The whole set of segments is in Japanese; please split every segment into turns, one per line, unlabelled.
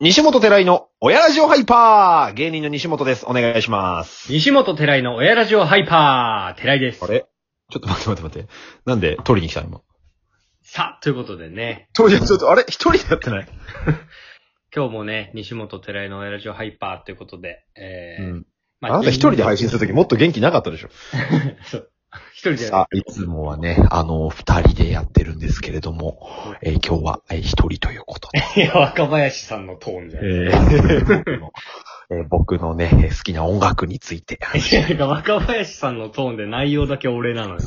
西本寺井の親ラジオハイパー芸人の西本です。お願いします。
西本寺井の親ラジオハイパー、寺井です。
あれちょっと待って待って待って。なんで取りに来た今。
さあ、ということでね、
当時はちょっと、あれ一人でやってない
今日もね、西本寺井の親ラジオハイパーということで、え
う
ー、
ん。
ま
あなた一人で配信するときもっと元気なかったでしょ。
そう。一人で。
さあ、いつもはね、あの、二人でやってるんですけれども、えー今日はえー一人ということで。
いや、若林さんのトーンじゃない。
僕のえー僕のね、好きな音楽について話し
いや、なんか若林さんのトーンで内容だけ俺なのよ。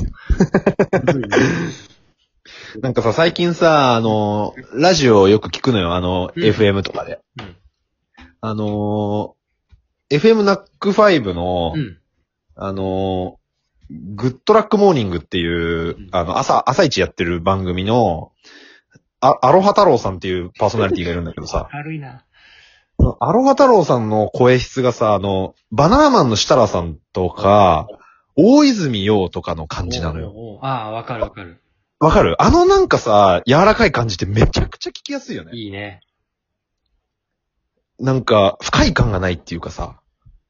なんかさ、最近さ、あの、ラジオをよく聞くのよ、あの、
うん
FM とかで。
うん
あのー、FM ナック5の、
うん。
あのー、グッドラックモーニングっていう
うん、
あの、朝、朝一やってる番組の、あアロハ太郎さんっていうパーソナリティがいるんだけど さ、
軽いな。
アロハ太郎さんの声質がさ、あの、バナナマンの設楽さんとか、大泉洋とかの感じなのよ。
おうおうおう。ああ、わかるわかる。
わかるあのなんかさ、柔らかい感じってめちゃくちゃ聞きやすいよね。
いいね。
なんか、不快感がないっていうかさ。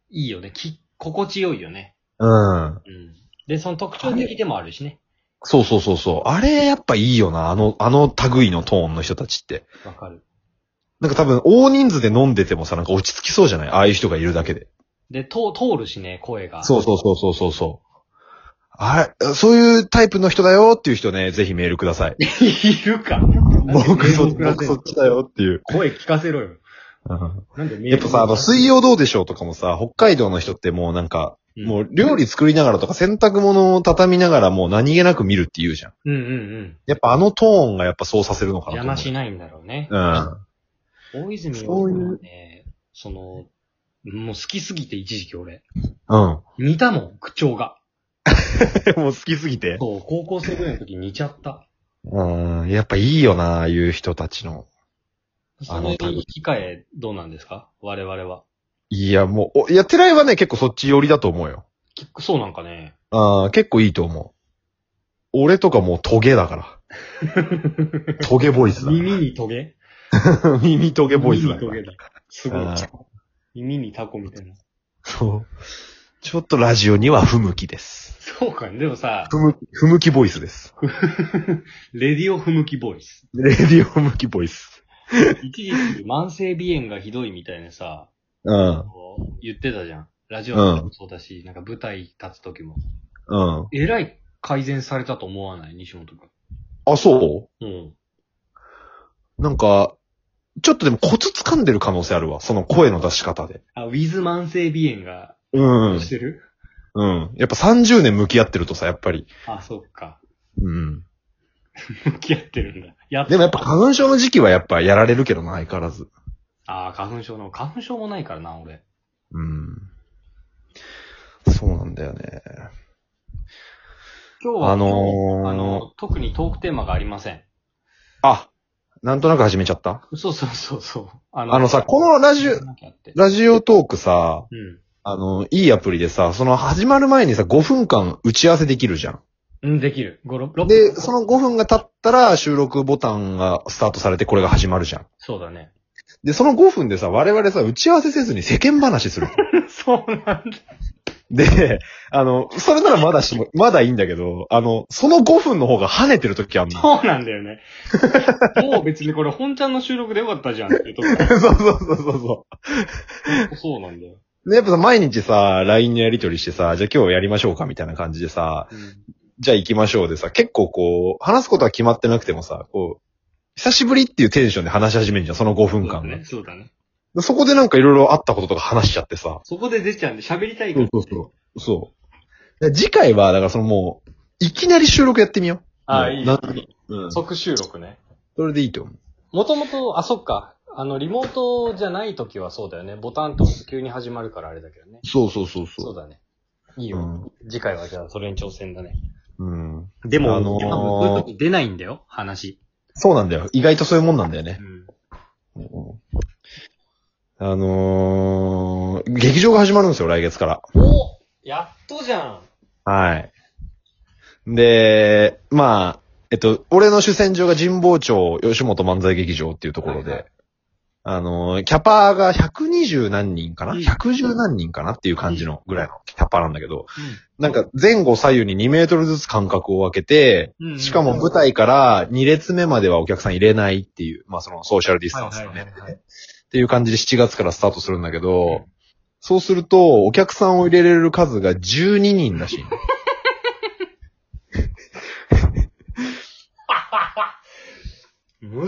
いいよね。き、心地よいよね。
うん。
うん。で、その特徴的でもあるしね。
そうそうそうそう。あれ、やっぱいいよな。あの、あの類のトーンの人たちって。
わかる。
なんか多分、大人数で飲んでてもさ、なんか落ち着きそうじゃないああいう人がいるだけで。
で、と通るしね、声が。
そうそうそうそうそうそう。あれ、そういうタイプの人だよっていう人ね、ぜひメールください。
いるか。
僕そ、
なんでメール送らせんの
僕そっちだ。よっていう。
声聞かせろよ。
うん
なんでメール
やっぱさ、あの、水曜どうでしょうとかもさ、北海道の人ってもうなんか、
うん
もう料理作りながらとか洗濯物を畳みながらもう何気なく見るって言うじゃん。
うんうんうん。
やっぱあのトーンがやっぱそうさせるのかなと
邪
思う
魔しないんだろうね。
うん。
大泉洋
そうい
は
う
ね、その、もう好きすぎて一時期俺。
うん。
似たもん、口調が。
もう好きすぎて。
そう、高校生ぐらいの時似ちゃった。
うん。やっぱいいよな、ああいう人たちの。
その機会どうなんですか我々は。
いや、もう、おいや、寺井はね、結構そっち寄りだと思うよ。
きそうなんかね。
ああ、結構いいと思う。俺とかもうトゲだから。トゲボイスだ。
耳にトゲ
耳トゲボイスだ
耳に
か
ト
ら
ゲ。だ。すごい。
うん
耳にタコみたいな。
そう。ちょっとラジオには不向きです。
そうかね。でも さ、
不向き、不向きボイスです。
レディオ不向きボイス。
レディオ向きボイス。
一時期慢性鼻炎がひどいみたいなさ、
うん。
言ってたじゃん。ラジオでもそうだし、なんか舞台立つ時も。
うん。
えらい改善されたと思わない西本君。
あ、そう
うん。
なんか、ちょっとでもコツ掴んでる可能性あるわ。その声の出し方で。
あ、ウィズ慢性鼻炎が、
うん
してる
うん。やっぱ30年向き合ってるとさ、やっぱり。
あ、そっか。
うん。
向き合ってるんだ。や
でもやっぱ花粉症の時期はやっぱやられるけどな、相変わらず。
あー花粉症の、花粉症もないからな、俺。
うん。そうなんだよね。
今日は、
あのー
あの、特にトークテーマがありません。
あ、なんとなく始めちゃった
そうそうそうそう。あ
あのさ、このラジオ、
なきゃって
ラジオトークさ、
うん。
あの、いいアプリでさ、その始まる前にさ、5分間打ち合わせできるじゃん。
うん、できる。5、6、6
で、その5分が経ったら収録ボタンがスタートされてこれが始まるじゃん。
そうだね。
で、その5分でさ、我々さ、打ち合わせせずに世間話する。
そうなんだ。
で、あの、それならまだしも、まだいいんだけど、あの、その5分の方が跳ねてる時あんの。
そうなんだ よね。もう別にこれ本ちゃんの収録でよかったじゃんっていうとこ
そうそうそうそうそ
そうなんだよ。
う。で、やっぱさ、毎日さ、LINE のやり取りしてさ、じゃあ今日やりましょうかみたいな感じでさ、じゃあ行きましょうでさ、結構こう、話すことは決まってなくてもさ、こう、久しぶりっていうテンションで話し始めるじゃん、その5
そう
分
だ
間が
ね。そうだね。
でそこでなんかいろいろあったこととか話しちゃってさ。
そこで出ちゃうんで喋りたいか
そう
ら。
そうそう。そう。で次回は、だからそのもう、いきなり収録やってみよ
ああ、いい
な
ね。
う。うん。そ
即収録ね。
れでいいと思う。
もともと、あ、そっか。あの、リモートじゃない時はそうだよね。ボタンと急に始まるからあれだけどね。
そうそうそうそう。
そうだね。いいよ。次回はじゃあそれに挑戦だね。
うん。
で
も
あの
多分
こ
こう
うい
いうう
時出ないんだよ、話。
そうなんだよ。意外とそういうもんなんだよね。あのー、劇場が始まるんですよ、来月から。
おやっとじゃん。
はい。で、まあ、えっと、俺の主戦場が神保町吉本漫才劇場っていうところで、
はいはい
あのー、キャパが120何人かな
うん
?110 何人かなっていう感じのぐらいのキャパなんだけど、なんか前後左右に2メートルずつ間隔を分けて、
うん
しかも舞台から2列目まではお客さん入れないっていう、まあそのソーシャルディスタンスのね。っていう感じで7月からスタートするんだけど、そうすると、お客さんを入れれる数が12人だし。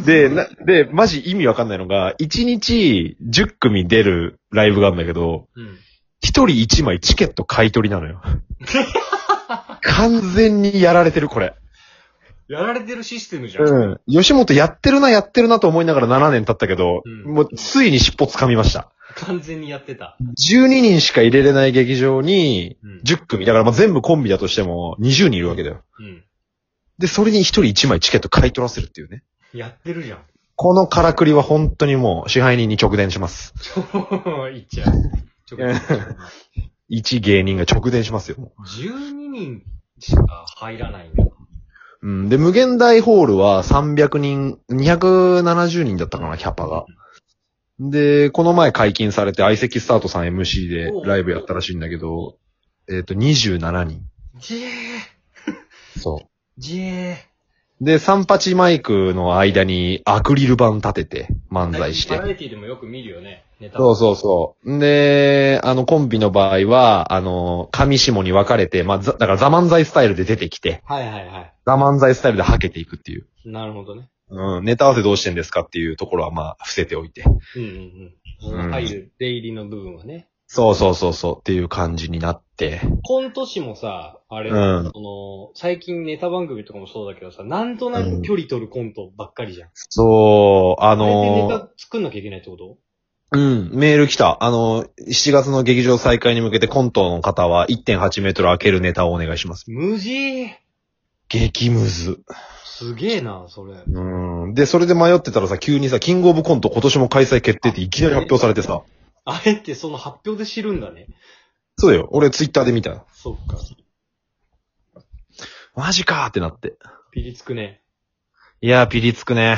で、な、で、マジ意味わかんないのが、1日10組出るライブがあるんだけど、
うん。
1人1枚チケット買い取りなのよ。完全にやられてる、これ。
やられてるシステムじゃん。
うん。吉本やってるな、やってるなと思いながら7年経ったけど、
うん
もうついに尻尾掴みました。
完全にやってた。
12人しか入れれない劇場に、
うん。
10組。だからまあ全部コンビだとしても20人いるわけだよ。
うん。
で、それに1人1枚チケット買い取らせるっていうね。
やってるじ ゃん。
このからくりは本当にもう支配人に直伝します。
いっちゃう。
ちょっと待って
一芸人が直伝しますよ。も
12人。
しか入らないんだ。
ううん。で、無限大ホールは300人、270人だったかな、キャパが。で、この前解禁されて、相席スタートさん MC でライブやったらしいんだけど、えっ、と、27人。
じえー。
そ
じえ
う。で、三八マイクの間にアクリル板立てて漫才して
バ。ラエティでもよく見るよね。ネタ。
そうそうそう。んで、あの、コンビの場合は、あの、上下に分かれて、まあ、ざだからザ漫才スタイルで出てきて、
はいはいは
ザ漫才スタイルではけていくっていう。
い。なるほどね。
うん、ネタ合わせどうしてんですかっていうところはまあ、伏せておいて。
うんうんうん。
うん
入る、出入りの部分はね。
そうそうそうそうっていう感じになって。
今年もさ、あれ、
うん
その、最近ネタ番組とかもそうだけどさ、なんとなく距離取るコントばっかりじゃん。
そう、あ
あれでネ
の、
タ作んなきゃいけないってこと
うん、メール来た。あの、7月の劇場再開に向けてコントの方は1.8メートル開けるネタをお願いします。
無事
激ムズ。
すげえな、それ。
うん。で、それで迷ってたらさ、急にさ、キングオブコント今年も開催決定っていきなり発表されてさ。
あえてその発表で知るんだね。
そうだよ。俺ツイッターで見た。
そっか。
マジかーってなって。
ピリつくね。
いやー、ピリつくね。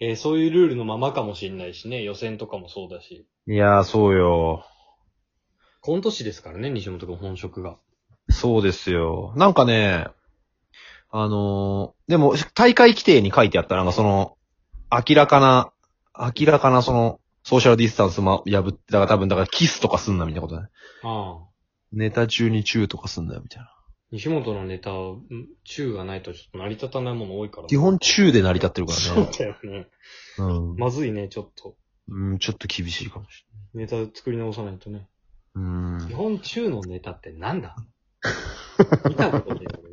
えーそういうルールのままかもしんないしね。予選とかもそうだし。
いやー、そうよ。
今年ですからね、西本君本職が。
そうですよ。なんかね、あのーでも、大会規定に書いてあった、なんかその、明らかな、明らかなその、ソーシャルディスタンスま破って、だから多分、だからキスとかすんなみたいなことだね。
ああ。
ネタ中にチューとかすんなよみたいな。
西本のネタ、ん中がないとちょっと成り立たないもの多いから。
基本チューで成り立ってるか
そ
ら
う
ね。
だよね。
うん。
まずいね、ちょっと。
うん、ちょっと厳しいかもし
ネタ作り直さないとね。
れない。う
日
ん。
本中のネタってなん だ見たことないよ俺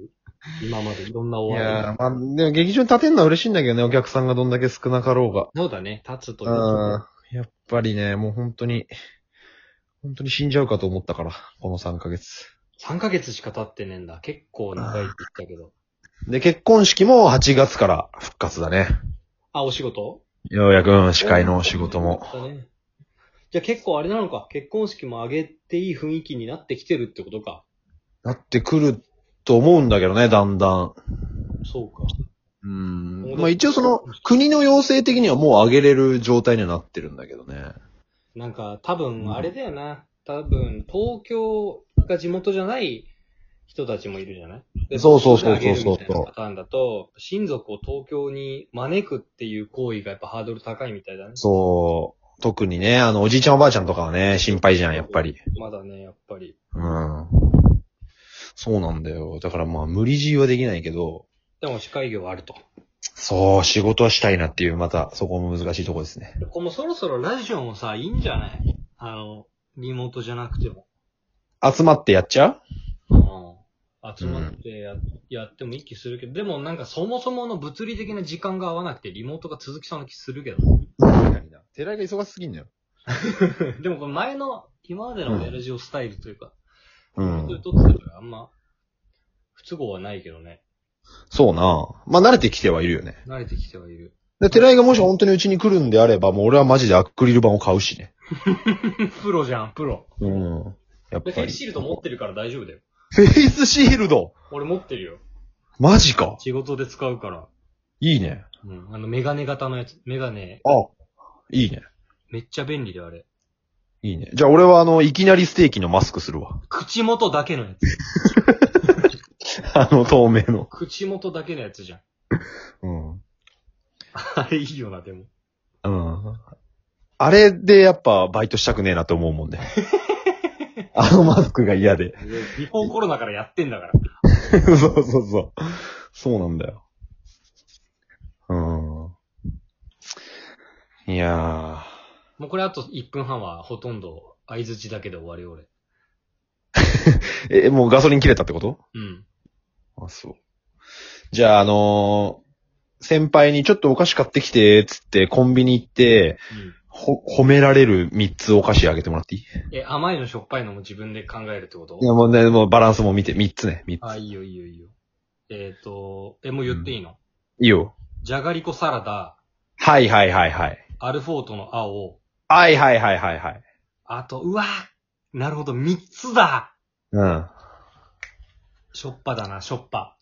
今までいろんなお
い
笑
や
い
ー、まあ、でも劇場に立てるのは嬉しいんだけどね、お客さんがどんだけ少なかろうが。
そうだね、立つとね。
うん。やっぱりね、もう本当に、本当に死んじゃうかと思ったから、この3ヶ月。
3ヶ月しか経ってねえんだ。結構長いって言ったけど。
で、結婚式も8月から復活だね。
あ、お仕事
ようやく、うん司会の仕事も。。
だねじゃあ結構あれなのか、結婚式も上げていい雰囲気になってきてるってことか。
なってくると思うんだけどね、だんだん。
そうか。
うん。まあ一応その、国の要請的にはもう上げれる状態にはなってるんだけどね。
なんか多分あれだよな。多分東京が地元じゃない人たちもいるじゃないで
そうそうそうそうそう
東京であげるみたいなパターンだと、親族を東京に招くっていう行為がやっぱハードル高いみたいだね。
そう。特にね、あの、おじいちゃんおばあちゃんとかはね、心配じゃん、やっぱり。。
まだね、やっぱり。
うん。そうなんだよ。だからまあ無理強いはできないけど、
でも司会業はあると。
そう、仕事はしたいなっていう、また、そこも難しいとこですね。
ここもそろそろラジオもさ、いいんじゃないあの、リモートじゃなくても。
集まってやっちゃう
うん。集まってや,、やっても一気するけど、でもなんかそもそもの物理的な時間が合わなくてリモートが続きそうな気するけど。
寺井が忙しすぎんだよ。
でもこれ前の、今までのラジオスタイルというか、
う
ずっ
ん。
と撮ってたからあんま、不都合はないけどね。
そうなまあ、慣れてきてはいるよね。
慣れてきてはいる。
で、寺井がもし本当にうちに来るんであれば、もう俺はマジでアクリル板を買うしね。
プロじゃん、プロ。
うん。やっぱ
フ
り。
ェイスシールド持ってるから大丈夫だよ。
フェイスシールド
俺持ってるよ。
マジか
仕事で使うから。
いいね。
うん。あの、メガネ型のやつ。メガネ、
あ、いいね。
めっちゃ便利であれ。
いいね。じゃあ俺はあの、いきなりステーキのマスクするわ。
口元だけのやつ。
あの、透明の。
口元だけのやつじゃん。
うん。
あれいいよな、でも。
うん。あれでやっぱバイトしたくねえなと思うもんね。あのマスクが嫌で。
日本コロナからやってんだから。
そうそうそう。そうなんだよ。うん。いや
もうこれあと1分半はほとんど相づちだけで終わるよ、俺。
ー。え、もうガソリン切れたってこと
うん。
あ、そう。じゃあ、あのー先輩にちょっとお菓子買ってきて、つってコンビニ行って、ほ、褒められる3つお菓子あげてもらっていい
うん。え、甘いのしょっぱいのも自分で考えるってこと
いや、もうね、もうバランスも見て、3つね、3つ。
あ、いいよいいよいいよ。えっ、と、え、もう言っていいの、
いいよ。
じゃがりこサラダ、
はいはいはいはい。
アルフォートの青、
はいはいはいはいはい。
あと、うわなるほど、3つだ
うん。
しょっぱだな、しょっ ぱ。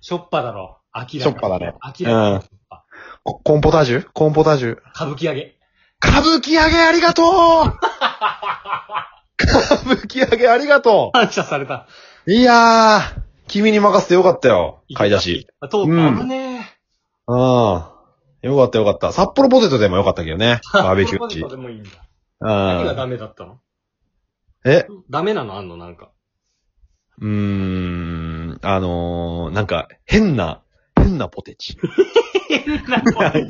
しょっぱだろ、明らかに。
しょっぱだね
明らかに
うん
しょっぱ。
ココンポタージュコンポタージュ。
歌舞伎揚げ。
歌舞伎揚げありが とう歌舞伎揚げありがと
感謝された。
ういやー、君に任せてよかったよ。買い出し。
あ。
う
と、
ん
危ね
うん。よかったよかった。札幌ポテトでもよかったけど ね。
え。
バーベキュー
これ
し
ま。ででもいいんだ。
う
何が
ん。
ダメだったの
え
ダメなのあんのなんか。
うーん。あのー、なんか、変な、変なポテ チ。 なんか、なん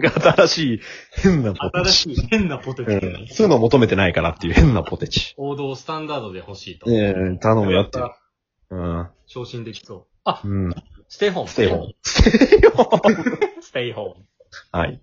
か新しい、変なポテ
新
チ。
しい変なポテ
う
チ。
ん、そういうの求めてないからっていう変なポテチ。
王道スタンダードで欲しいと。
ええ頼むよって。うん。
昇進できそう。あ、
うん。
ステイホーム。
ステイホーム。ステイホーム。
ステイホーム。
はい。